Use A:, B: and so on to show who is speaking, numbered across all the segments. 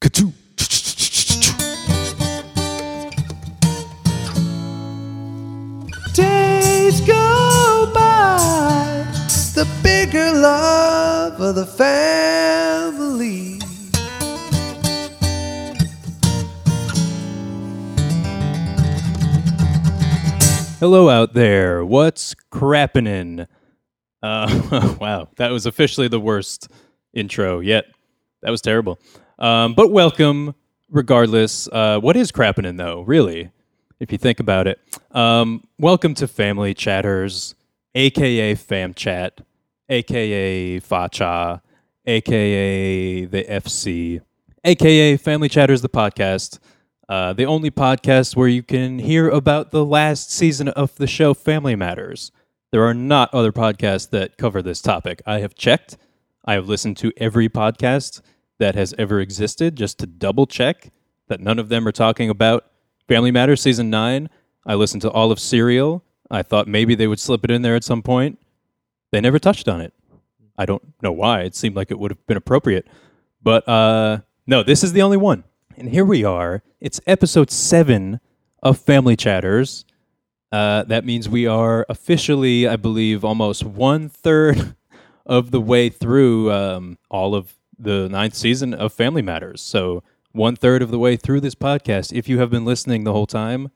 A: Ka-choo.
B: Days go by, the bigger love of the family.
C: Hello out there. What's crappinin'? Uh, wow, that was officially the worst intro yet. That was terrible. Um, but welcome, regardless. Uh, what is crappinin' though, really, if you think about it? Um, welcome to Family Chatters, aka Fam Chat, aka Facha, aka the FC, aka Family Chatters, the podcast. Uh, the only podcast where you can hear about the last season of the show Family Matters. There are not other podcasts that cover this topic. I have checked. I have listened to every podcast that has ever existed just to double check that none of them are talking about Family Matters season 9. I listened to all of Serial. I thought maybe they would slip it in there at some point. They never touched on it. I don't know why. It seemed like it would have been appropriate. But uh, no, this is the only one. And here we are. It's episode seven of Family Chatters. Uh, that means we are officially, I believe, almost one third of the way through um, all of the ninth season of Family Matters. So, one third of the way through this podcast. If you have been listening the whole time,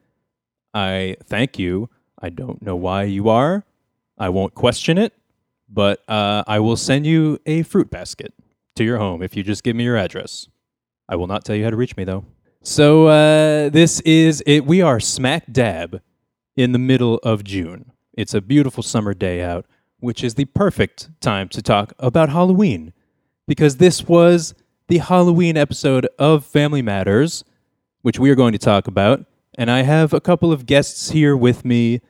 C: I thank you. I don't know why you are. I won't question it, but uh, I will send you a fruit basket to your home if you just give me your address. I will not tell you how to reach me though. So uh, this is it. We are smack dab in the middle of June. It's a beautiful summer day out, which is the perfect time to talk about Halloween because this was the Halloween episode of Family Matters, which we are going to talk about. And I have a couple of guests here with me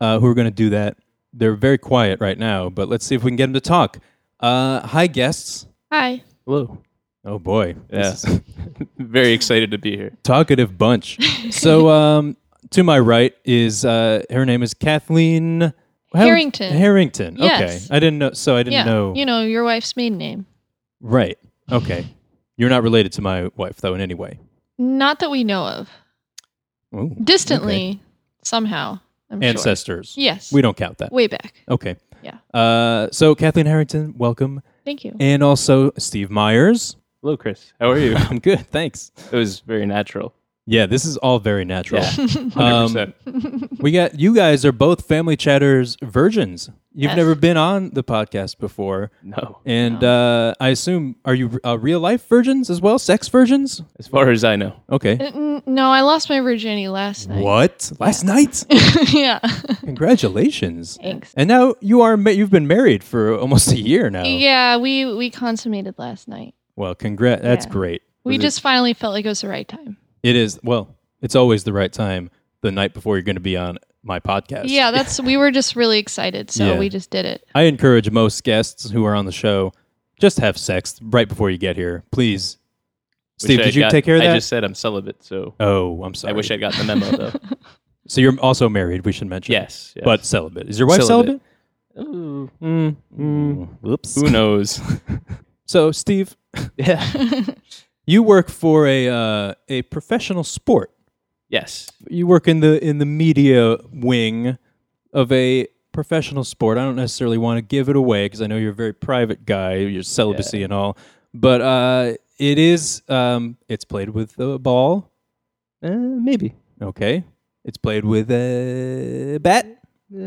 C: uh, who are going to do that. They're very quiet right now, but let's see if we can get them to talk. Uh, hi, guests.
D: Hi.
E: Hello.
C: Oh boy,
E: Yeah.
C: this is-
E: Very excited to be here.
C: talkative bunch. so um, to my right is uh, her name is Kathleen how-
D: Harrington.
C: Harrington.
D: Yes.
C: Okay, I didn't know. So I didn't
D: yeah.
C: know.
D: You know, your wife's maiden name.
C: Right. Okay. You're not related to my wife though in any way.
D: Not that we know of.
C: Ooh,
D: Distantly, somehow. I'm
C: okay. ancestors.
D: Sure. Yes.
C: We don't count that.
D: Way back.
C: Okay.
D: Yeah.
C: Uh, so Kathleen Harrington, welcome,
D: Thank you.
C: and also Steve Myers.
E: Hello, Chris. How are you?
C: I'm good, thanks.
E: it was very natural.
C: Yeah, this is all very natural.
E: Yeah.
C: 100%.
E: 100%.
C: We got you guys are both family chatters virgins. You've
D: Yes.
C: never been on the podcast before.
E: no.
C: And uh, I assume, are you uh, real life virgins as well? Sex virgins?
E: As far as I know.
C: Okay.
D: N- No, I lost my virginity last night.
C: What? Last night?
D: yeah.
C: Congratulations.
D: Thanks.
C: And now you are ma- you've been married for almost a year now.
D: Yeah, we we consummated last night.
C: Well, congrats. That's
D: Yeah.
C: great.
D: We
C: Was it-
D: just finally felt like it was the right time.
C: it is well. It's always the right time the night before you're going to be on my podcast.
D: Yeah, that's we were just really excited, so
C: Yeah.
D: we just did it.
C: I encourage most guests who are on the show just have sex right before you get here, please.
E: Wish
C: Steve,
E: I
C: did you
E: got-
C: take care of that?
E: I just said I'm celibate, so
C: oh, I'm sorry.
E: I wish I'd gotten the memo, though.
C: So you're also married. We should mention.
E: yes, yes.
C: but celibate. Is your wife celibate?
E: Celibate. Ooh, mm, mm,
C: Whoops.
E: who knows?
C: So, Steve,
E: yeah.
C: you work for a uh, a professional sport.
E: Yes.
C: You work in the in the media wing of a professional sport. I don't necessarily want to give it away because I know you're a very private guy, your celibacy and all. But uh, it is um, it's played with a ball.
E: Uh, maybe.
C: Okay, it's played with a bat.
E: Uh,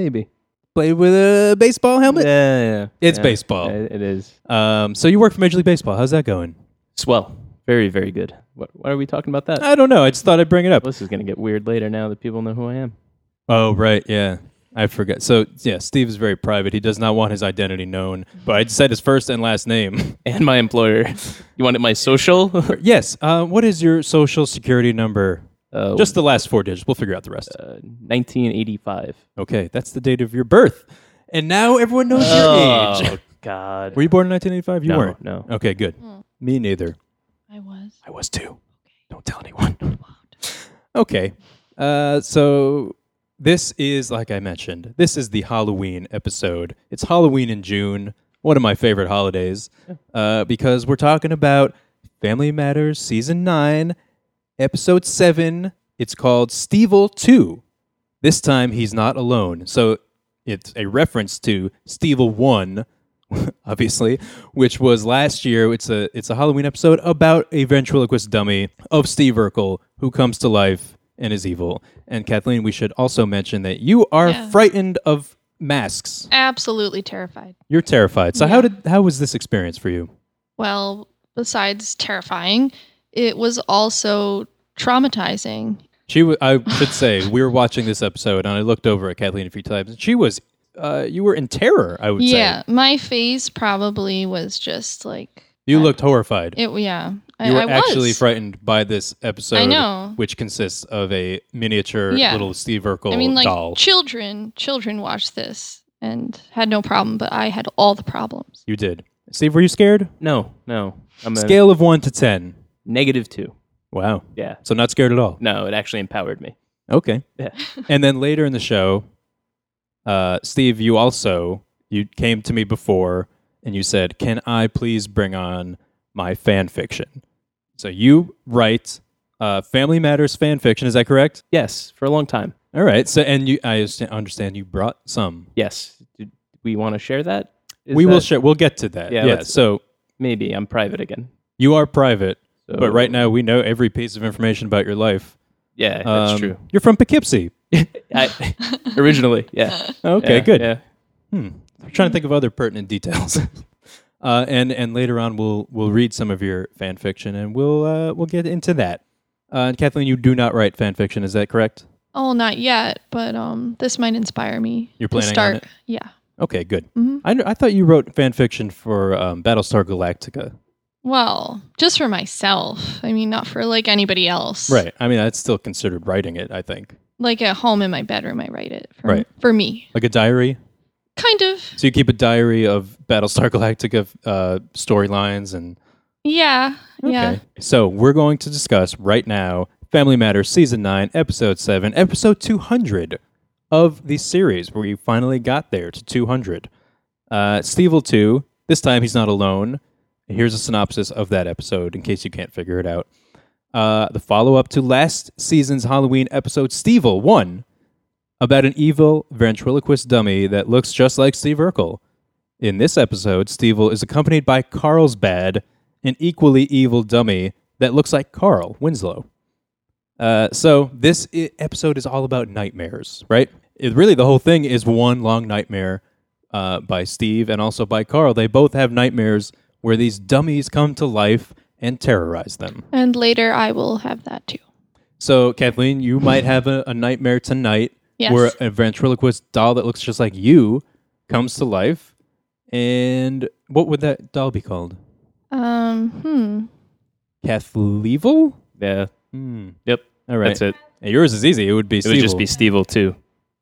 E: maybe.
C: Played with a baseball
E: Yeah,
C: helmet.
E: yeah.
C: It's
E: yeah.
C: baseball.
E: It- it is.
C: Um, so you work for Major League Baseball. How's that going?
E: Swell. Very, very good. What, why are we talking about that?
C: I don't know. I just thought I'd bring it up.
E: Well, this is going to get weird later now that people know who I am.
C: Oh, right. Yeah. I forgot. So, yeah, Steve is very private. He does not want his identity known, but I said his first and last name.
E: And my employer. you wanted my social?
C: yes. Uh, what is your social security number?
E: uh,
C: Just the last four digits. We'll figure out the rest.
E: uh, 1985.
C: Okay. That's the date of your birth. And now everyone knows your age.
E: Oh, God.
C: Were you born in 1985? You
E: No,
C: weren't.
E: no.
C: Okay, good. Me neither.
D: I was.
C: I was too. Don't tell anyone. okay. Uh, so this is, like I mentioned, this is the Halloween episode. It's Halloween in June, one of my favorite holidays, uh, because we're talking about Family Matters Season 9, Episode 7. It's called Stevel 2. This time he's not alone. So it's a reference to Stevel 1, obviously, which was last year. It's a it's a Halloween episode about a ventriloquist dummy of Steve Urkel who comes to life and is evil. And Kathleen, we should also mention that you are
D: Yeah.
C: frightened of masks.
D: Absolutely terrified.
C: You're terrified. So how did how was this experience for you?
D: Well, besides terrifying, it was also traumatizing.
C: She, wa- I should say, we were watching this episode, and I looked over at Kathleen a few times, and she was, uh, you were in terror. I would
D: Yeah,
C: say
D: my face probably was just like
C: you looked horrified.
D: it. Yeah,
C: you were
D: I, I
C: actually
D: was.
C: frightened by this episode.
D: I know.
C: which consists of a miniature
D: Yeah.
C: little Steve Urkel
D: I mean, like
C: doll.
D: children, children watched this and had no problem, but I had all the problems.
C: you did, Steve. Were you scared?
E: No, no. I'm a
C: Scale of one to ten.
E: negative two.
C: Wow.
E: Yeah.
C: So not scared at all.
E: No, it actually empowered me.
C: Okay.
E: Yeah.
C: and then later in the show, uh, Steve, you also you came to me before and you said, "Can I please bring on my fan fiction?" So you write uh, Family Matters fan fiction. Is that correct?
E: Yes, for a long time.
C: All right. So and you, I just understand you brought some.
E: Yes. Do we want to share that? Is
C: we will
E: that-
C: share. We'll get to that.
E: Yeah,
C: yeah
E: let's-
C: so
E: Maybe I'm private again.
C: you are private,
E: So-
C: but right now we know every piece of information about your life.
E: Yeah, that's
C: Um,
E: true.
C: You're from Poughkeepsie.
E: I, originally, yeah.
C: Okay,
E: Yeah,
C: good.
E: Yeah.
C: I'm trying to think of other pertinent details. uh, and and later on, we'll we'll read some of your fan fiction, and we'll uh, we'll get into that. Uh, and Kathleen, you do not write fan fiction, is that correct?
D: Oh, not yet, but um, this might inspire me.
C: You're
D: to
C: planning on
D: start.
C: it?
D: Yeah.
C: Okay, good. I, kn- I thought you wrote fan fiction for um, Battlestar Galactica.
D: Well, just for myself. I mean, not for like anybody else.
C: Right. I mean, that's still considered writing it. I think
D: Like at home in my bedroom, I write it. For,
C: Right.
D: For me,
C: like a diary.
D: kind of.
C: So you keep a diary of Battlestar Galactica uh, storylines and
D: Yeah. Yeah.
C: Okay. So we're going to discuss right now Family Matters Season 9, Episode 7, Episode 200 of the series where you finally got there to 200. Uh, Steve will too. This time he's not alone. Here's a synopsis of that episode in case you can't figure it out. Uh, the follow up to last season's Halloween episode, Stevel 1, about an evil ventriloquist dummy that looks just like Steve Urkel. In this episode, Stevel is accompanied by Carlsbad, an equally evil dummy that looks like Carl Winslow. Uh, so this i- episode is all about nightmares, right? It, really, the whole thing is one long nightmare uh, by Steve and also by Carl. They both have nightmares where these dummies come to life and terrorize them.
D: And later, I will have that too.
C: So, Kathleen, you might have a, a nightmare tonight
D: Yes.
C: where a ventriloquist doll that looks just like you comes to life. And what would that doll be called?
D: Um. Hmm.
C: Kathlevel?
E: Yeah.
C: Hmm.
E: Yep.
C: All right.
E: That's it.
C: And yours is easy. It would be
E: It would just be Stevel too.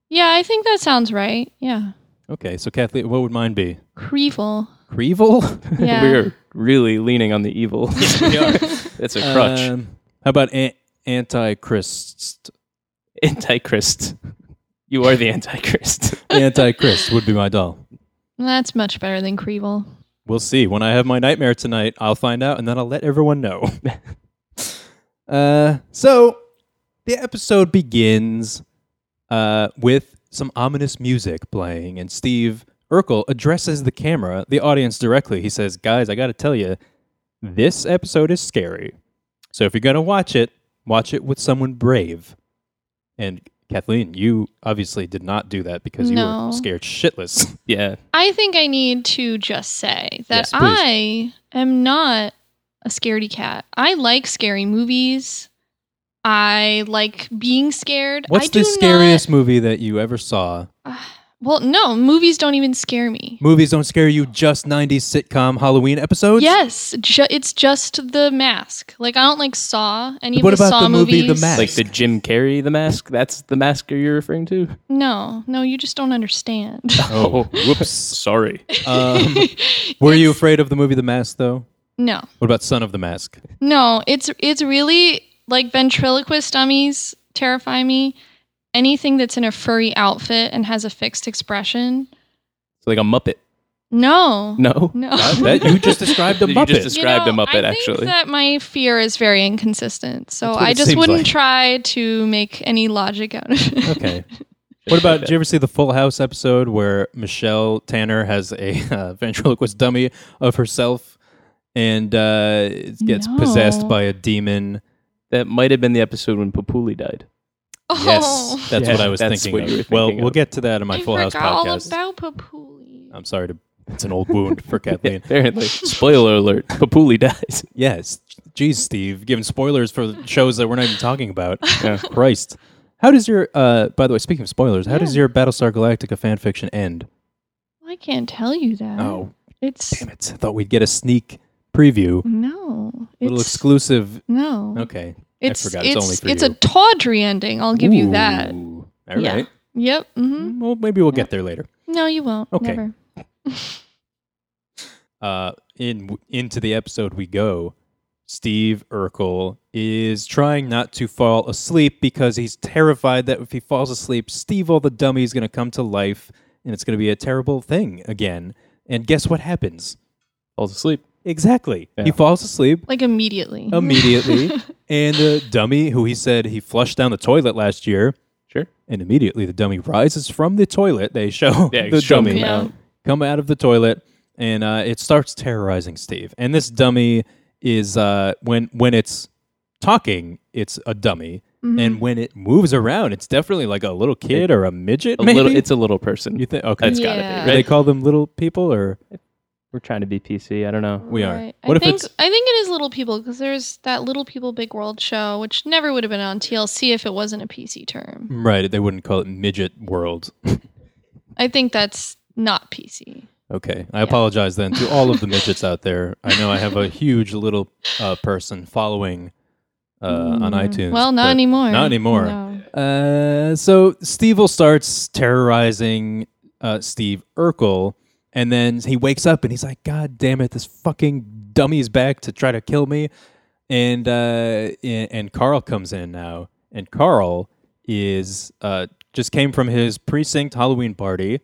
D: Yeah, I think that sounds right. Yeah.
C: Okay, so Kathleen, what would mine be?
D: Crevel.
C: Crevel?
D: Yeah.
E: We're really leaning on the evil. it's a crutch.
C: Um, how about an- Antichrist?
E: Antichrist. You are the Antichrist.
C: Antichrist would be my doll.
D: That's much better than Crevel.
C: We'll see. When I have my nightmare tonight, I'll find out and then I'll let everyone know. uh, so the episode begins uh, with some ominous music playing, and Steve Urkel addresses the camera, the audience directly. He says, Guys, I got to tell you, this episode is scary. So if you're going to watch it, watch it with someone brave. And Kathleen, you obviously did not do that because you
D: No.
C: were scared shitless.
E: Yeah.
D: I think I need to just say that
C: Yes,
D: I am not a scaredy cat. I like scary movies. I like being scared.
C: What's
D: I do
C: the scariest movie that you ever saw?
D: Not, well, no, movies don't even scare me.
C: Movies don't scare you, just 90s sitcom Halloween episodes?
D: Yes, ju- it's just the mask. Like I don't like Saw. Any
C: What
D: of the
C: about
D: Saw
C: the movie The
D: movies.
C: Mask?
E: Like the Jim Carrey, the mask. That's the mask you're referring to?
D: No, no, you just don't understand.
C: Oh, whoops.
E: Sorry.
C: Um, were you afraid of the movie The Mask, though?
D: no,
C: What about Son of the Mask?
D: no, it's it's really like ventriloquist dummies terrify me. Anything that's in a furry outfit and has a fixed expression.
E: It's like a Muppet.
D: No.
E: No.
D: No.
C: I bet you just described a
A: You just
C: Muppet.
A: des- described a Muppet,
D: I
A: actually.
D: think that my fear is very inconsistent, so
C: That's what
D: I
C: it
D: just
C: seems
D: wouldn't
C: like.
D: try to make any logic out of it.
C: okay. What about? Did you ever see the Full House episode where Michelle Tanner has a uh, ventriloquist dummy of herself, and uh, it gets possessed
D: No.
C: by a demon?
E: That might have been the episode when Papuli died.
D: Oh,
C: Yes, that's
E: Yeah,
C: what I was
E: that's
C: thinking.
E: what you
C: of.
E: were
C: well,
E: thinking
C: we'll
E: of.
C: get to that in my
D: I
C: Full House
D: forgot all
C: podcast. Um,
D: about Papuli.
C: I'm sorry to. It's an old wound for Kathleen.
E: Apparently. Spoiler alert. Papuli dies.
C: Yes. Geez, Steve, giving spoilers for shows that we're not even talking about.
E: Yeah.
C: Christ. How does your, uh, by the way, speaking of spoilers, how does your Battlestar Galactica fan fiction end?
D: I can't tell you that.
C: Oh,
D: it's
C: damn it. I thought we'd get a sneak preview,
D: no.
C: a little
D: It's
C: exclusive.
D: no.
C: Okay.
D: It's
C: I forgot. It's,
D: it's
C: only for
D: it's
C: you.
D: a tawdry ending. I'll give you that.
C: Ooh. All
D: Yeah.
C: right.
D: Yep. hmm
C: Well, maybe we'll get there later.
D: No, you won't.
C: Okay.
D: Never.
C: uh, in into the episode we go. Steve Urkel is trying not to fall asleep because he's terrified that if he falls asleep, Steve all the dummy is going to come to life and it's going to be a terrible thing again. And guess what happens?
E: Falls asleep.
C: Exactly. He
E: Yeah.
C: falls asleep
D: Like immediately.
C: immediately and the dummy who he said he flushed down the toilet last year
E: Sure.
C: and immediately the dummy rises from the toilet. They show
E: Yeah,
C: the
E: show him
C: dummy
E: come
D: Yeah.
E: out.
C: come out of the toilet and uh, it starts terrorizing Steve. And this dummy is uh, when when it's talking, it's a dummy,
D: Mm-hmm.
C: and when it moves around, it's definitely like a little kid or a midget.
E: A
C: maybe?
E: little, it's a little person.
C: you think okay.
E: That's gotta be,
D: Yeah.
C: Do they
E: right?
C: call them little people or
E: We're trying to be PC. I don't know.
C: we are?
D: Right.
C: What
D: I
C: if
D: think
C: it's
D: I think it is Little People because there's that Little People Big World show, which never would have been on TLC if it wasn't a PC term.
C: right? They wouldn't call it midget world.
D: I think that's not PC.
C: Okay, I apologize then to all of the midgets out there. I know I have a huge little uh, person following uh, on
D: Mm.
C: iTunes.
D: Well, not
C: but-
D: anymore.
C: Not anymore.
D: No.
C: Uh, so Steve starts terrorizing uh, Steve Urkel, and then he wakes up and he's like, "God damn it, this fucking dummy's back to try to kill me." And uh, and, and Carl comes in now, and Carl is uh, just came from his precinct Halloween party.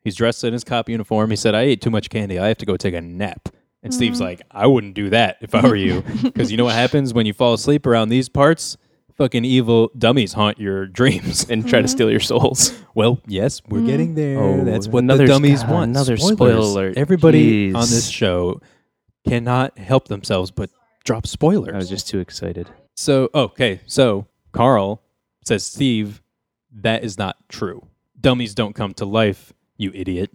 C: He's dressed in his cop uniform. He said, "I ate too much candy. I have to go take a nap." And Steve's like, "I wouldn't do that if I were you, because you know what happens when you fall asleep around these parts." Fucking evil dummies haunt your dreams.
E: And try to steal your souls.
C: Well, yes, we're getting there.
E: Oh,
C: That's what the
E: another-
C: dummies
E: God,
C: want.
E: another spoiler
C: Spoilers.
E: alert.
C: Everybody
E: Jeez.
C: on this show cannot help themselves but drop spoilers.
E: I was just too excited.
C: so okay, so Carl says, Steve, that is not true. Dummies don't come to life, you idiot.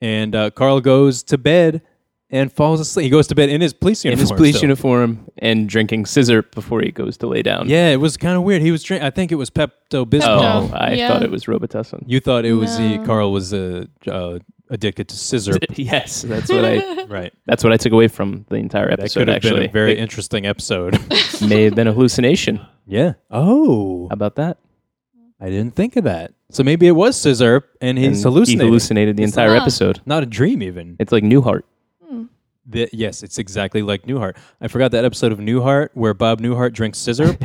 C: And uh, Carl goes to bed and falls asleep. He goes to bed in his police uniform.
E: In his police
C: still.
E: uniform and drinking scissor before he goes to lay down.
C: Yeah, it was kind of weird. He was drinking. I think it was Pepto Bismol.
E: Oh,
D: No.
E: I
D: Yeah.
E: thought it was Robitussin.
C: You thought it was the
D: No.
C: Carl was uh, uh, addicted to scissor.
E: yes, that's what I.
C: right.
E: That's what I took away from the entire
C: That
E: episode.
C: could have
E: actually,
C: been a very
E: it
C: interesting episode.
E: may have been a hallucination. How
C: yeah. Oh,
E: about that?
C: I didn't think of that. So maybe it was Scissor, and
E: And
C: he's hallucinating.
E: He hallucinated the entire
D: Ah.
E: episode.
C: Not a dream, even.
E: It's like Newhart.
C: The- yes, it's exactly like Newhart. I forgot that episode of Newhart where Bob Newhart drinks Scissor,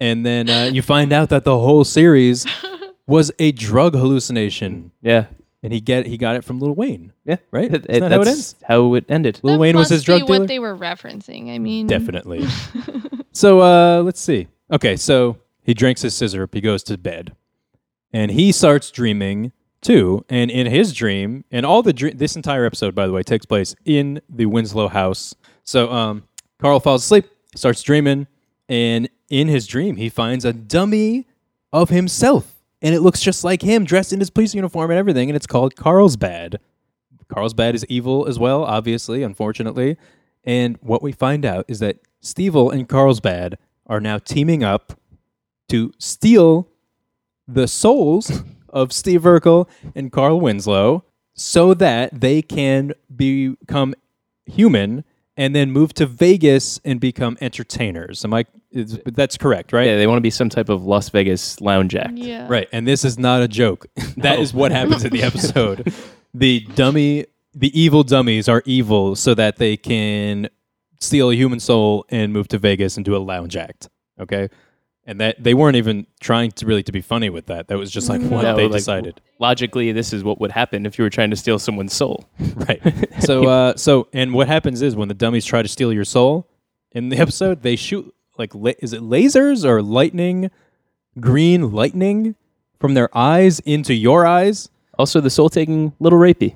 C: and then uh, you find out that the whole series was a drug hallucination,
E: Yeah,
C: and he get he got it from Lil Wayne.
E: yeah,
C: Right?
E: That-
C: Isn't that how it
E: that's
C: ends?
E: how it ended.
C: Lil
D: That
C: Wayne was
D: must
C: his drug
D: be
C: dealer.
D: What they were referencing. I mean,
C: Definitely. so uh, let's see. Okay, so he drinks his scissor. He goes to bed, and he starts dreaming too. And in his dream, and all the dream, this entire episode, by the way, takes place in the Winslow house. So um, Carl falls asleep, starts dreaming, and in his dream, he finds a dummy of himself, and it looks just like him, dressed in his police uniform and everything, and it's called Carlsbad. Carlsbad is evil as well, obviously, unfortunately. And what we find out is that Stevel and Carlsbad are now teaming up to steal the souls of Steve Urkel and Carl Winslow so that they can become human and then move to Vegas and become entertainers. Am I is, that's correct, right?
E: Yeah, they want to be some type of Las Vegas lounge act.
D: Yeah.
C: Right. And this is not a joke. That is what happens in the episode. the dummy, the evil dummies are evil so that they can steal a human soul and move to Vegas and do a lounge act. Okay. and that they weren't even trying to really to be funny with that. That was just like what
E: Yeah,
C: they
E: like,
C: decided,
E: Logically, this is what would happen if you were trying to steal someone's soul.
C: right? So, uh, so and what happens is when the dummies try to steal your soul in the episode, they shoot like la- is it lasers or lightning, green lightning from their eyes into your eyes.
E: Also, the soul taking little rapey.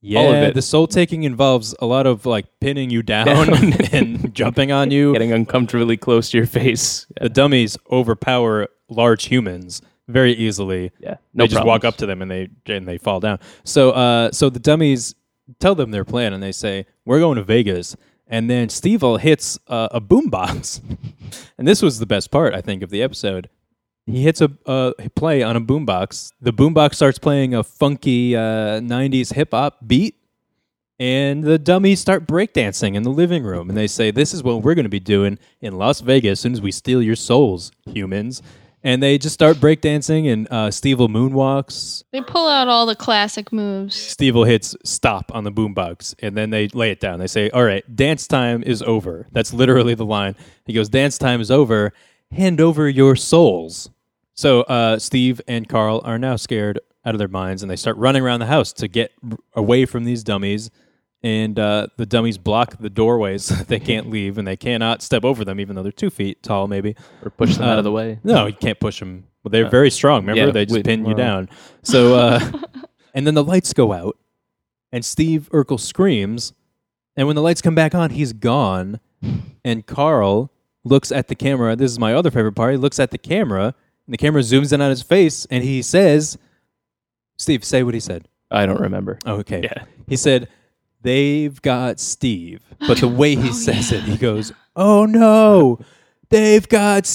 C: Yeah,
E: it.
C: the soul taking involves a lot of like pinning you down and jumping on you.
E: getting uncomfortably close to your face.
C: The dummies overpower large humans very easily.
E: Yeah, no
C: they just walk up to them and they and they fall down. So uh, so the dummies tell them their plan and they say we're going to Vegas. And then Steve hits uh, a boombox, and this was the best part I think of the episode. He hits a uh, play on a boombox. The boombox starts playing a funky uh, '90s hip hop beat, and the dummies start breakdancing in the living room. And they say, "This is what we're going to be doing in Las Vegas as soon as we steal your souls, humans." And they just start breakdancing, and uh, Steve moonwalks.
D: They pull out all the classic moves.
C: Steve hits stop on the boombox, and then they lay it down. They say, "All right, dance time is over." That's literally the line. He goes, "Dance time is over. Hand over your souls." So uh, Steve and Carl are now scared out of their minds, and they start running around the house to get r- away from these dummies. And uh, the dummies block the doorways; they can't leave, and they cannot step over them, even though they're two feet tall, maybe.
E: or push them
C: Uh,
E: out of the way.
C: No, you can't push them. Well, they're very strong. Remember,
E: yeah,
C: they just
E: wait,
C: pin you
E: well.
C: down. So, uh, and then the lights go out, and Steve Urkel screams, and when the lights come back on, he's gone. And Carl looks at the camera. This is my other favorite part. He looks at the camera, and the camera zooms in on his face, and he says, "Steve, say what he said."
E: I don't remember.
C: Oh, okay.
E: Yeah.
C: He said, They've got Steve. But the way
E: Oh,
C: he says it, he goes, Oh no, they've got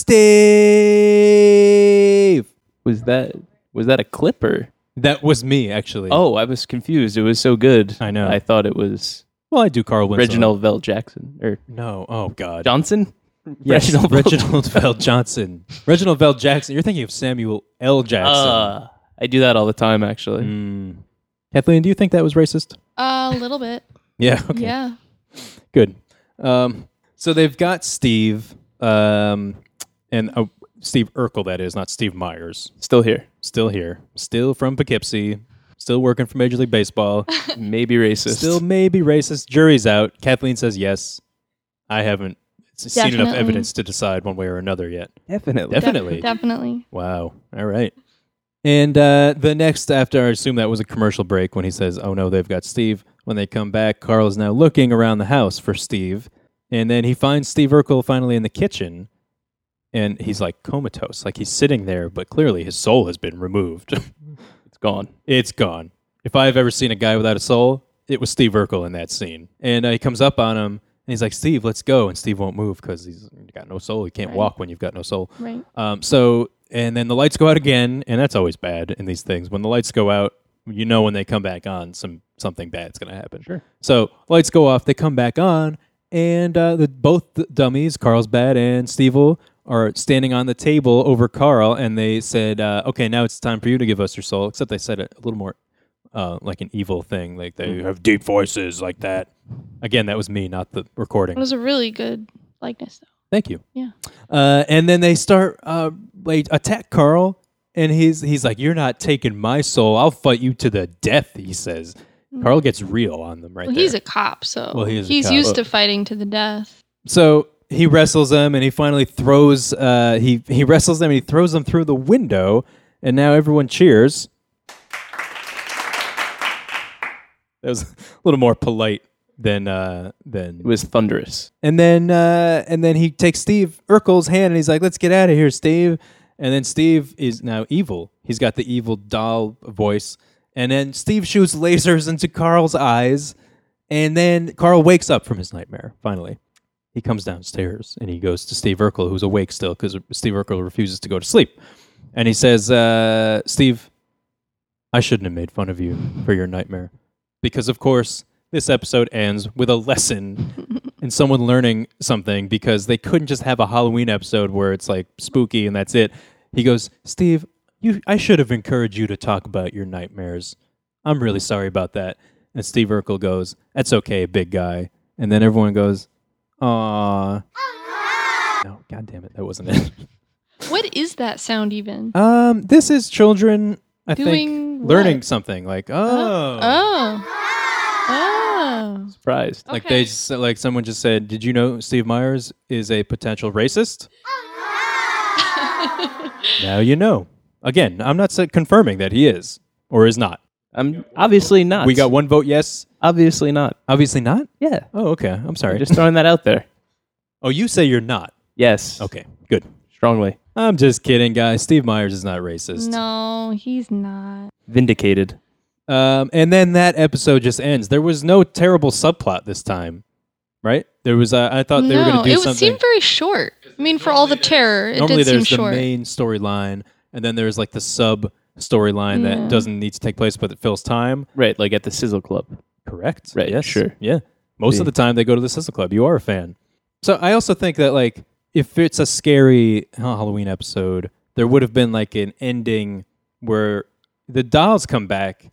C: Steve.
E: Was that was that a clip or?
C: That was me, actually.
E: Oh, I was confused. It was so good.
C: I know.
E: I thought it was
C: well, I do Carl Winslow.
E: Reginald Vell Jackson or
C: No. Oh, God.
E: Johnson.
C: Yes,
E: Reginald Vell-
C: Reginald Vell Johnson. Reginald Vell Jackson. You're thinking of Samuel L. Jackson.
E: Uh, I do that all the time, actually.
C: Mm. Kathleen, do you think that was racist?
D: A little bit.
C: Yeah. Okay.
D: Yeah.
C: Good. Um, so they've got Steve, um, and uh, Steve Urkel, that is, not Steve Myers.
E: Still here.
C: still here, still from Poughkeepsie, still working for Major League Baseball,
E: Maybe racist.
C: still maybe racist. Jury's out. Kathleen says yes. I haven't s- seen enough
D: Definitely.
C: evidence to decide one way or another yet.
E: definitely.
C: Def- Definitely.
D: definitely.
C: Wow. All right. And uh, the next, after I assume that was a commercial break, when he says, "Oh no, they've got Steve." When they come back, Carl is now looking around the house for Steve, and then he finds Steve Urkel finally in the kitchen, and he's like comatose, like he's sitting there, but clearly his soul has been removed.
E: it's gone.
C: It's gone. If I've ever seen a guy without a soul, it was Steve Urkel in that scene. And uh, he comes up on him and he's like, Steve, let's go. And Steve won't move because he's got no soul. He can't
D: Right.
C: walk when you've got no soul.
D: Right.
C: Um, so, and then the lights go out again. And that's always bad in these things. When the lights go out, you know when they come back on, some something bad's going to happen.
E: Sure.
C: So lights go off. They come back on, and uh, the both the dummies, Carlsbad and Stevel, are standing on the table over Carl, and they said, uh, "Okay, now it's time for you to give us your soul." Except they said it a little more uh, like an evil thing, like they have deep voices like that. Again, that was me, not the recording.
D: It was a really good likeness, though.
C: Thank you.
D: Yeah.
C: Uh, and then they start uh, like attack Carl, and he's he's like, "You're not taking my soul. I'll fight you to the death." He says. Carl gets real on them right
D: Hmm. Well,
C: there.
D: he's a cop, so
C: Well, he is a
D: he's
C: cop.
D: used to fighting to the death.
C: So he wrestles them, and he finally throws. Uh, he he wrestles them, and he throws them through the window, and now everyone cheers. That was a little more polite than uh, than.
E: It was thunderous.
C: And then uh, and then he takes Steve Urkel's hand, and he's like, "Let's get out of here, Steve." And then Steve is now evil. He's got the evil doll voice. And then Steve shoots lasers into Carl's eyes, and then Carl wakes up from his nightmare. Finally, he comes downstairs and he goes to Steve Urkel, who's awake still because Steve Urkel refuses to go to sleep. And he says, uh, Steve, I shouldn't have made fun of you for your nightmare. Because, of course, this episode ends with a lesson and someone learning something because they couldn't just have a Halloween episode where it's like spooky and that's it. He goes, Steve, you, I should have encouraged you to talk about your nightmares. I'm really sorry about that. And Steve Urkel goes, That's okay, big guy. And then everyone goes, Aw. No, God damn it, that wasn't it.
D: What is that sound even?
C: Um, this is children, I
D: Doing
C: think,
D: what?
C: learning something like oh,
D: Oh. Oh.
E: Surprised.
C: like
D: okay.
C: they just, like someone just said, did you know Steve Myers is a potential racist? now you know. Again, I'm not sa- confirming that he is or is not.
E: I'm obviously not.
C: We got one vote yes.
E: obviously not.
C: Obviously not.
E: Yeah.
C: Oh, okay. I'm sorry.
E: Just throwing that out there.
C: oh, you say you're not.
E: Yes.
C: Okay, good.
E: Strongly
C: I'm just kidding, guys. Steve Myers is not racist.
D: No, he's not.
E: vindicated.
C: Um, and then that episode just ends. There was no terrible subplot this time, right? There was. Uh, I thought they were
D: no,
C: going to do
D: it would
C: something.
D: seem very short. I mean, for all the terror, it
C: Normally,
D: did seem
C: there's the
D: short.
C: main storyline, and then there's like the sub storyline
D: Yeah.
C: that doesn't need to take place, but it fills time.
E: Right. Like at the Sizzle Club.
C: Correct.
E: Right,
C: Yes.
E: sure.
C: Yeah. Most of
E: Yeah.
C: the time they go to the Sizzle Club. You are a fan. So I also think that like if it's a scary Halloween episode, there would have been like an ending where the dolls come back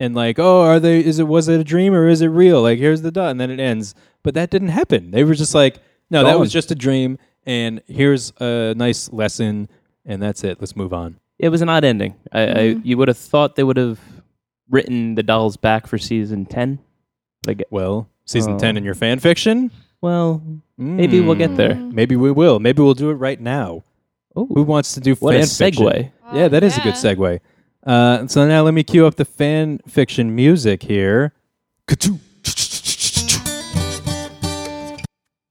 C: and like, oh, are they? Is it was it a dream or is it real? Like here's the doll, and then it ends. But that didn't happen. They were just like, no, that
E: Gone.
C: was just a dream, and here's a nice lesson, and that's it. Let's move on.
E: It was an odd ending. I, I
C: Mm-hmm.
E: you would have thought they would have written the dolls back for season ten. Like
C: Well, season
E: Oh.
C: ten in your fan fiction. Hmm.
E: well, maybe we'll get there.
D: Mm.
C: Maybe we will. Maybe we'll do it right now. Who
E: Oh,
C: wants to do
E: what a
C: fan
E: segue.
C: fiction? Yeah, that is a
D: Yeah.
C: good segue. Uh, so now let me cue up the fan fiction music here. Ka-choo.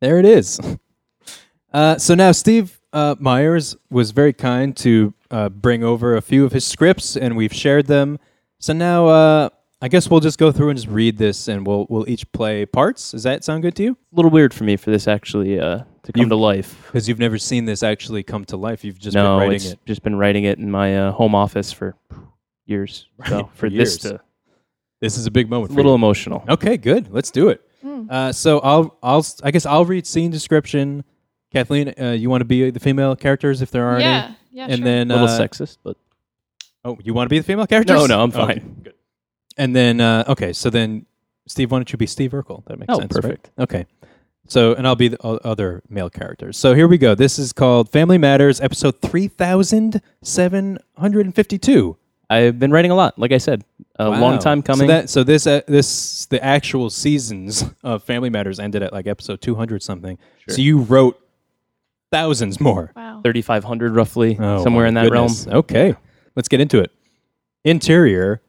C: There it is. Uh, so now Steve uh, Myers was very kind to uh, bring over a few of his scripts, and we've shared them. So now uh, I guess we'll just go through and just read this, and we'll we'll each play parts. Does that sound good to you?
E: A little weird for me for this actually uh, to come
C: You-
E: to life.
C: Because you've never seen this actually come to life. You've just
E: no,
C: been
E: it's
C: writing it.
E: just been writing it in my uh, home office for years.
C: Right,
E: So
C: for
E: for this
C: years.
E: to
C: This is a big moment.
E: a
C: for you.
E: little emotional.
C: Okay, good. Let's do it.
D: Hmm.
C: Uh, so I'll I'll I guess I'll read scene description. Kathleen, uh, you want to be the female characters if there are
D: Yeah.
C: any,
D: Yeah.
C: and
D: sure.
C: then
E: A little
C: uh,
E: sexist, but
C: Oh, you want to be the female characters?
E: No, no, I'm
C: Okay,
E: fine.
C: good. And then uh, okay, so then Steve, why don't you be Steve Urkel? That makes
E: Oh,
C: sense.
E: perfect.
C: Right? Okay. So and I'll be the o- other male characters. So here we go. This is called Family Matters, episode three thousand seven hundred and fifty-two.
E: I've been writing a lot. Like I said, a long
C: Wow.
E: time coming.
C: So, that, so this uh, this the actual seasons of Family Matters ended at like episode two hundred something. So you wrote thousands more.
D: wow.
E: 3,500 roughly,
C: Oh,
E: somewhere
C: my
E: in that
C: goodness.
E: realm.
C: Okay, let's get into it. Interior,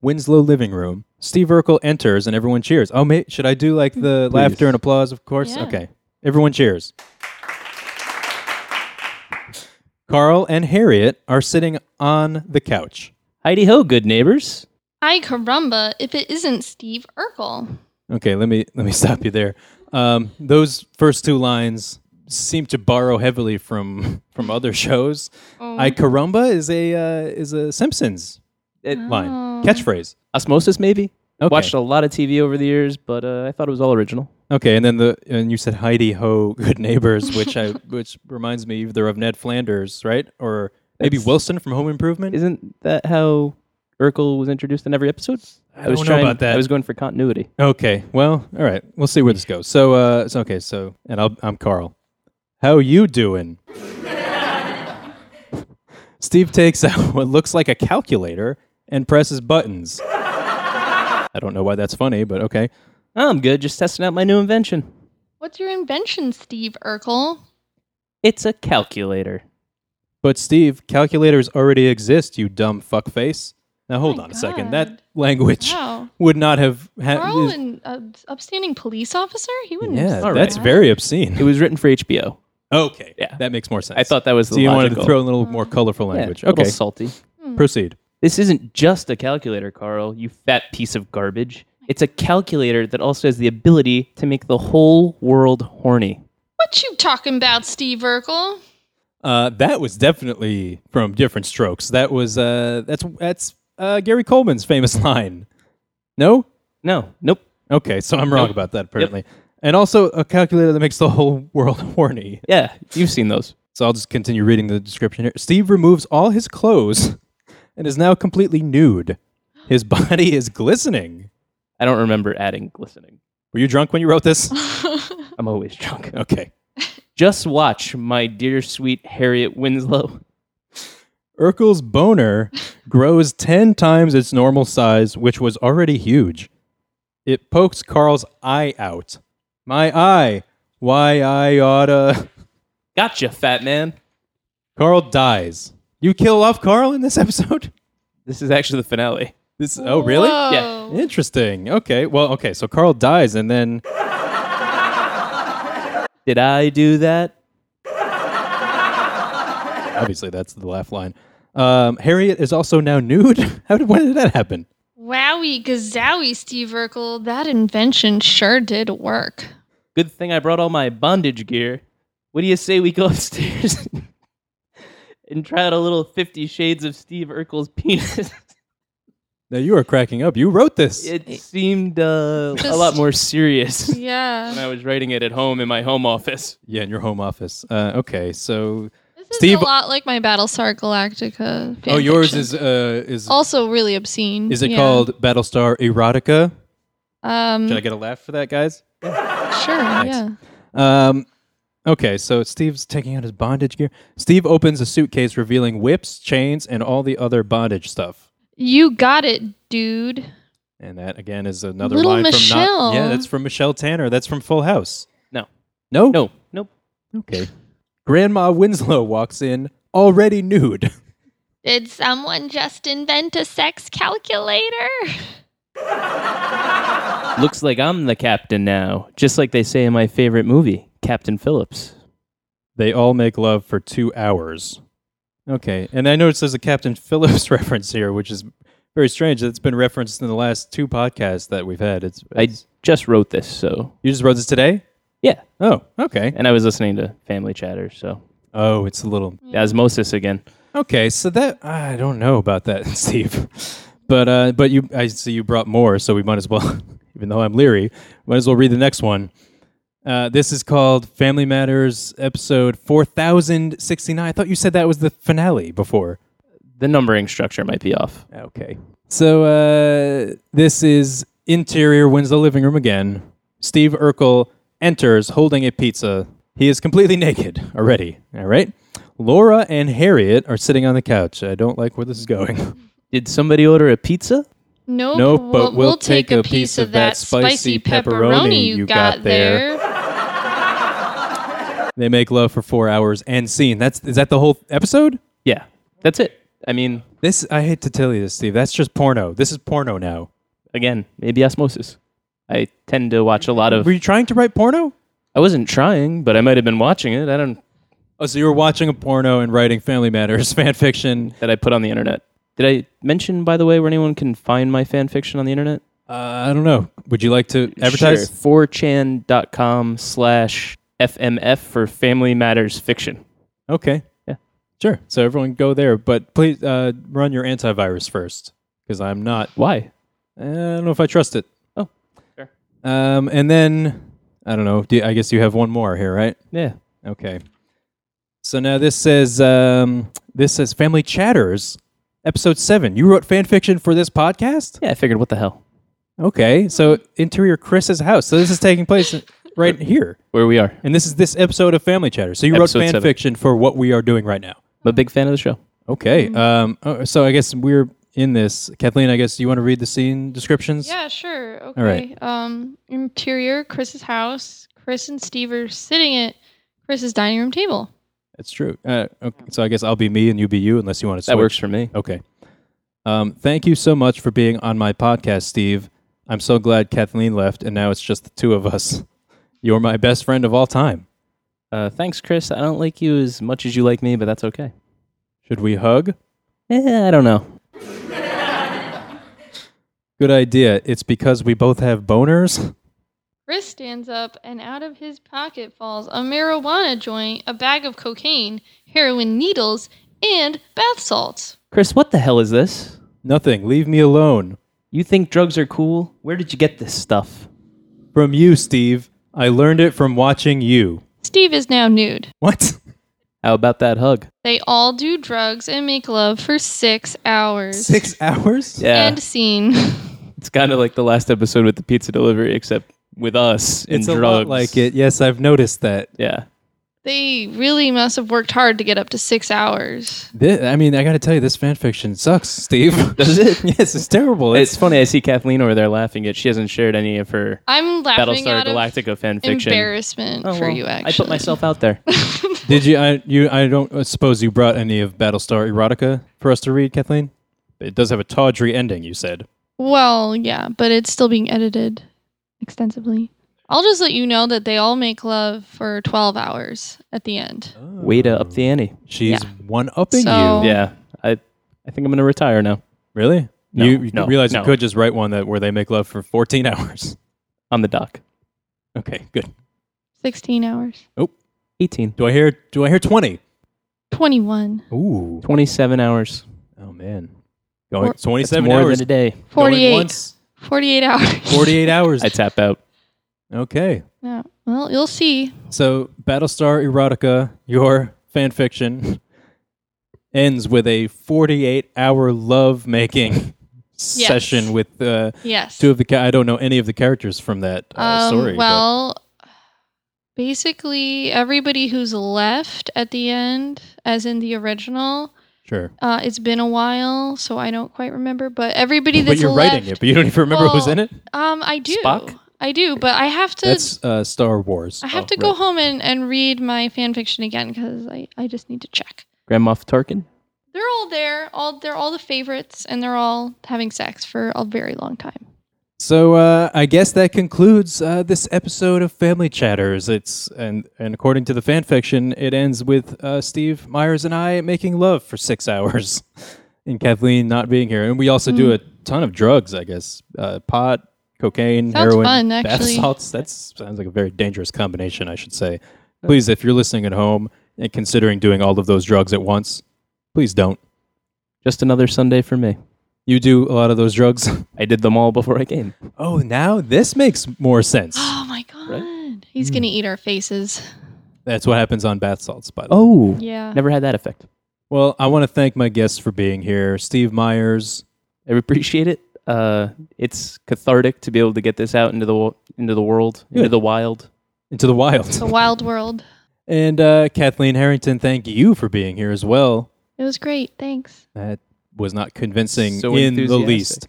C: Winslow living room. Steve Urkel enters and everyone cheers. Oh, mate, should I do like the
E: Hmm.
C: laughter and applause? Of course.
D: Yeah.
C: Okay, everyone cheers. Carl and Harriet are sitting on the couch.
E: Heidi ho, good neighbors.
D: Ay caramba, if it isn't Steve Urkel.
C: Okay, let me let me stop you there. Um, those first two lines seem to borrow heavily from from other shows. I caramba is a uh, is a Simpsons uh,
E: It-
C: line catchphrase.
E: Osmosis, maybe?
C: Okay.
E: Watched a lot of TV over the years, but uh, I thought it was all original.
C: Okay, and then the and you said Heidi Ho, Good Neighbors, which I which reminds me either of Ned Flanders, right, or maybe
E: That's-
C: Wilson from Home Improvement.
E: Isn't that how Urkel was introduced in every episode? I, was
C: don't know
E: trying,
C: about that.
E: I was going for continuity.
C: Okay. Well, all right. We'll see where this goes. So, uh, so okay. So, and I'll, I'm Carl. How you doing? Steve takes out what looks like a calculator and presses buttons. I don't know why that's funny, but okay.
E: I'm good, just testing out my new invention.
D: What's your invention, Steve Urkel?
E: It's a calculator.
C: But Steve, calculators already exist. You dumb fuckface. Now hold
D: My
C: on a second.
D: God.
C: That language
D: Wow.
C: would not have.
D: Carl,
C: Ha-
D: an uh, upstanding police officer? He wouldn't.
C: yeah,
E: All
C: that's
E: right.
C: very obscene.
E: It was written for HBO.
C: Okay,
E: Yeah.
C: that makes more sense.
E: I thought that was the
C: so you wanted to
E: logical-
C: throw in a little more colorful
E: Yeah,
C: language.
E: a little
C: okay,
E: salty.
D: Hmm.
C: proceed.
E: This isn't just a calculator, Carl, you fat piece of garbage. It's a calculator that also has the ability to make the whole world horny.
D: What you talking about, Steve Urkel?
C: Uh, that was definitely from Different Strokes. That was uh, that's that's uh, Gary Coleman's famous line. No,
E: No, nope.
C: okay, so I'm wrong
E: Nope.
C: about that apparently. And also a calculator that makes the whole world horny.
E: Yeah, you've seen those.
C: So I'll just continue reading the description here. Steve removes all his clothes and is now completely nude. His body is glistening.
E: I don't remember adding glistening.
C: Were you drunk when you wrote this?
E: I'm always drunk.
C: Okay.
E: Just watch, my dear sweet Harriet Winslow.
C: Urkel's boner grows 10 times its normal size, which was already huge. It pokes Carl's eye out. My eye. Why I oughta.
E: Gotcha, fat man.
C: Carl dies. You kill off Carl in this episode?
E: This is actually the finale.
C: This Oh, really?
E: Yeah.
D: Whoa.
C: Interesting. Okay. Well, okay. So Carl dies and then
E: Did I do that?
C: obviously that's the laugh line. Um, Harriet is also now nude. How did when did that happen?
D: Wowie gazowie, Steve Urkel. That invention sure did work.
E: Good thing I brought all my bondage gear. What do you say we go upstairs and try out a little Fifty Shades of Steve Urkel's penis?
C: Now you are cracking up. You wrote this.
E: It seemed uh, a
D: Just-
E: lot more serious when
D: Yeah.
E: I was writing it at home in my home office.
C: yeah, in your home office. Uh, okay. So
D: This is
C: Steve-
D: a lot like my Battlestar Galactica. fan
C: Oh, yours
D: fiction.
C: is uh is
D: also really obscene.
C: is it
D: Yeah.
C: called Battlestar Erotica?
D: Um,
C: Should I get a laugh for that, guys?
D: sure.
C: Thanks.
D: Yeah.
C: Um, okay, so Steve's taking out his bondage gear. Steve opens a suitcase revealing whips, chains, and all the other bondage stuff.
D: You got it, dude.
C: And that again is another
D: Little
C: line from
D: Michelle.
C: not. Yeah, that's from Michelle Tanner. That's from Full House.
E: No.
C: No.
E: No, nope.
C: Okay. Grandma Winslow walks in already nude.
D: Did someone just invent a sex calculator?
E: Looks like I'm the captain now, just like they say in my favorite movie, Captain Phillips.
C: They all make love for two hours. Okay, and I noticed there's a Captain Phillips reference here, which is very strange. It's been referenced in the last two podcasts that we've had. It's,
E: I
C: it's-
E: just wrote this, so
C: you just wrote this today.
E: yeah.
C: Oh, okay.
E: And I was listening to Family Chatter, so
C: Oh, it's a little
E: osmosis again.
C: okay. So that I don't know about that, Steve. But uh, but you, I see you brought more, so we might as well. Even though I'm leery, might as well read the next one. Uh, this is called Family Matters, episode four thousand sixty nine. I thought you said that was the finale before.
E: The numbering structure might be off.
C: Okay. So uh, this is interior Winslow living room again. Steve Urkel enters holding a pizza. He is completely naked already. All right. Laura and Harriet are sitting on the couch. I don't like where this is going.
E: Did somebody order a pizza?
D: Nope.
C: Nope, but we'll take a piece of that spicy pepperoni you got there. they make love for four hours and scene. That's is that the whole episode?
E: Yeah, that's it. I mean,
C: This I hate to tell you this, Steve. That's just porno. This is porno now.
E: again, maybe osmosis. I tend to watch a lot of.
C: Were you trying to write porno?
E: I wasn't trying, but I might have been watching it. I don't
C: Oh, so you were watching a porno and writing Family Matters fan fiction.
E: that I put on the internet. Did I mention, by the way, where anyone can find my fan fiction on the internet?
C: Uh, I don't know. Would you like to advertise?
E: Sure. 4chan.com slash FMF for Family Matters Fiction.
C: Okay.
E: Yeah.
C: Sure. So everyone go there, but please uh, run your antivirus first because I'm not.
E: Why?
C: I don't know if I trust it.
E: Oh, fair.
C: Um, and then I don't know. Do, I guess you have one more here, right?
E: Yeah.
C: Okay. So now this says um, this says Family Chatters, episode seven. You wrote fan fiction for this podcast.
E: Yeah, I figured, what the hell?
C: Okay. So interior Chris's house. So this is taking place right here.
E: Where we are.
C: And this is this episode of Family Chatter. So you wrote
E: Episode
C: fan
E: seven.
C: fiction for what we are doing right now.
E: I'm a big fan of the show.
C: Okay. Um, oh, so I guess we're in this. Kathleen, I guess you want to read the scene descriptions?
D: Yeah, sure. Okay.
C: right.
D: Um, interior, Chris's house. Chris and Steve are sitting at Chris's dining room table.
C: That's true. Uh, okay, so I guess I'll be me and you be you unless you want to switch.
E: That works for me.
C: Okay. Um, thank you so much for being on my podcast, Steve. I'm so glad Kathleen left and now it's just the two of us. You're my best friend of all time.
E: Uh, thanks, Chris. I don't like you as much as you like me, but that's okay.
C: Should we hug?
E: Eh, I don't know.
C: Good idea. It's because we both have boners.
D: Chris stands up, and out of his pocket falls a marijuana joint, a bag of cocaine, heroin needles, and bath salts.
E: Chris, what the hell is this?
C: Nothing. Leave me alone.
E: You think drugs are cool? Where did you get this stuff?
C: From you, Steve. I learned it from watching you.
D: Steve is now nude.
C: What?
E: How about that hug?
D: They all do drugs and make love for six hours.
C: Six hours?
E: Yeah.
D: End scene.
E: it's kind of like the last episode with the pizza delivery, except with us and
C: It's a lot
E: drugs.
C: like it. Yes, I've noticed that.
E: Yeah.
D: They really must have worked hard to get up to six hours.
C: Thi- I mean, I got to tell you, this fan fiction sucks, Steve.
E: Does it?
C: yes, it's terrible.
E: It's
C: It's,
E: funny. I see Kathleen over there laughing at. She hasn't shared any of her
D: I'm laughing
E: Battlestar
D: out of
E: Galactica fan fiction.
D: embarrassment
E: Oh,
D: for
E: well,
D: you.
E: I
D: Actually,
E: put myself out there.
C: did you? I you? I don't suppose you brought any of Battlestar Erotica for us to read, Kathleen. It does have a tawdry ending. You said.
D: Well, yeah, but it's still being edited extensively. I'll just let you know that they all make love for 12 hours at the end.
E: Way to up the ante.
C: She's
D: Yeah.
C: one upping
D: So-
C: you.
E: Yeah, I, I think I'm gonna retire now.
C: Really?
E: No,
C: you you
E: no,
C: realize
E: no.
C: you could just write one that where they make love for 14 hours.
E: On the dock.
C: Okay, good.
D: 16 hours.
E: 18.
C: Do I hear? Do I hear 20?
D: 21.
C: Ooh.
E: 27 hours.
C: Oh man. Going
D: Or-
C: 27
E: more
C: hours.
E: than a day.
C: going
D: 48.
C: once,
D: 48 hours.
C: 48 hours.
E: I tap out.
C: Okay.
D: Yeah. Well, you'll see.
C: So, Battlestar Erotica, your fan fiction, ends with a 48 hour love making session with uh,
D: Yes.
C: two of the. Ca- I don't know any of the characters from that uh,
D: um,
C: story. but-
D: well, basically, everybody who's left at the end, as in the original,
C: sure.
D: uh, it's been a while, so I don't quite remember, but everybody
C: But
D: that's
C: you're
D: left.
C: writing it, but you don't even remember who's
D: Well,
C: in it?
D: Um, I do.
E: Spock?
D: I do, but I have to.
C: That's uh, Star Wars.
D: I have
C: Oh,
D: to go
C: right.
D: home and, and read my fan fiction again because I, I just need to check.
E: Grand Moff Tarkin.
D: They're all there. All they're all the favorites, and they're all having sex for a very long time.
C: So uh, I guess that concludes uh, this episode of Family Chatters. It's and and according to the fan fiction, it ends with uh, Steve Myers and I making love for six hours, and Kathleen not being here. And we also
D: Hmm.
C: do a ton of drugs, I guess, uh, pot, cocaine,
D: Sounds
C: heroin,
D: fun,
C: bath
D: actually.
C: salts. That sounds like a very dangerous combination, I should say. Please, if you're listening at home and considering doing all of those drugs at once, please don't.
E: Just another Sunday for me.
C: You do a lot of those drugs.
E: I did them all before I came.
C: oh, now this makes more sense.
D: Oh my god, he's gonna eat our faces.
C: That's what happens on bath salts, by the way.
E: Oh.
D: Yeah.
E: Never had that effect.
C: Well, I want to thank my guests for being here. Steve Myers.
E: I appreciate it. Uh, it's cathartic to be able to get this out into the wo- into the world, into
C: Good.
E: the wild.
C: Into the wild.
D: The wild world.
C: And uh, Kathleen Harrington, thank you for being here as well.
D: It was great. Thanks.
C: That was not convincing
E: So
C: in the
E: enthusiastic.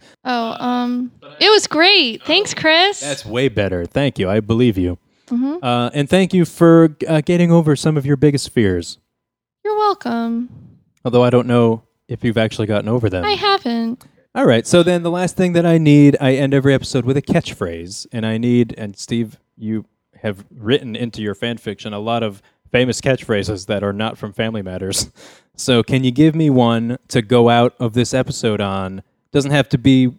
C: least.
D: Oh, um, it was great. Thanks, Chris.
C: That's way better. Thank you. I believe you.
D: Mhm.
C: Uh, and thank you for uh, getting over some of your biggest fears.
D: You're welcome.
C: Although I don't know if you've actually gotten over them.
D: I haven't.
C: All right. So then the last thing that I need, I end every episode with a catchphrase. And I need, and Steve, you have written into your fan fiction a lot of famous catchphrases that are not from Family Matters. So can you give me one to go out of this episode on? Doesn't have to be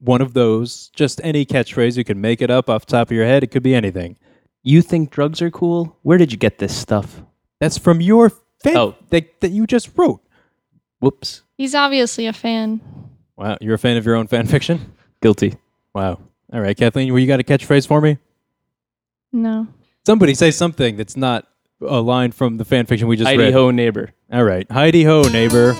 C: one of those, just any catchphrase. You can make it up off the top of your head. It could be anything.
E: You think drugs are cool? Where did you get this stuff?
C: That's from your fan
E: Oh.
C: that, that you just wrote.
E: Whoops.
D: He's obviously a fan.
C: Wow. You're a fan of your own fan fiction?
E: Guilty.
C: Wow. All right, Kathleen, well, you got a catchphrase for me?
D: No.
C: Somebody say something that's not a line from the fan fiction we just
E: Heidi
C: read.
E: ho neighbor.
C: All right, Heidi ho, neighbor.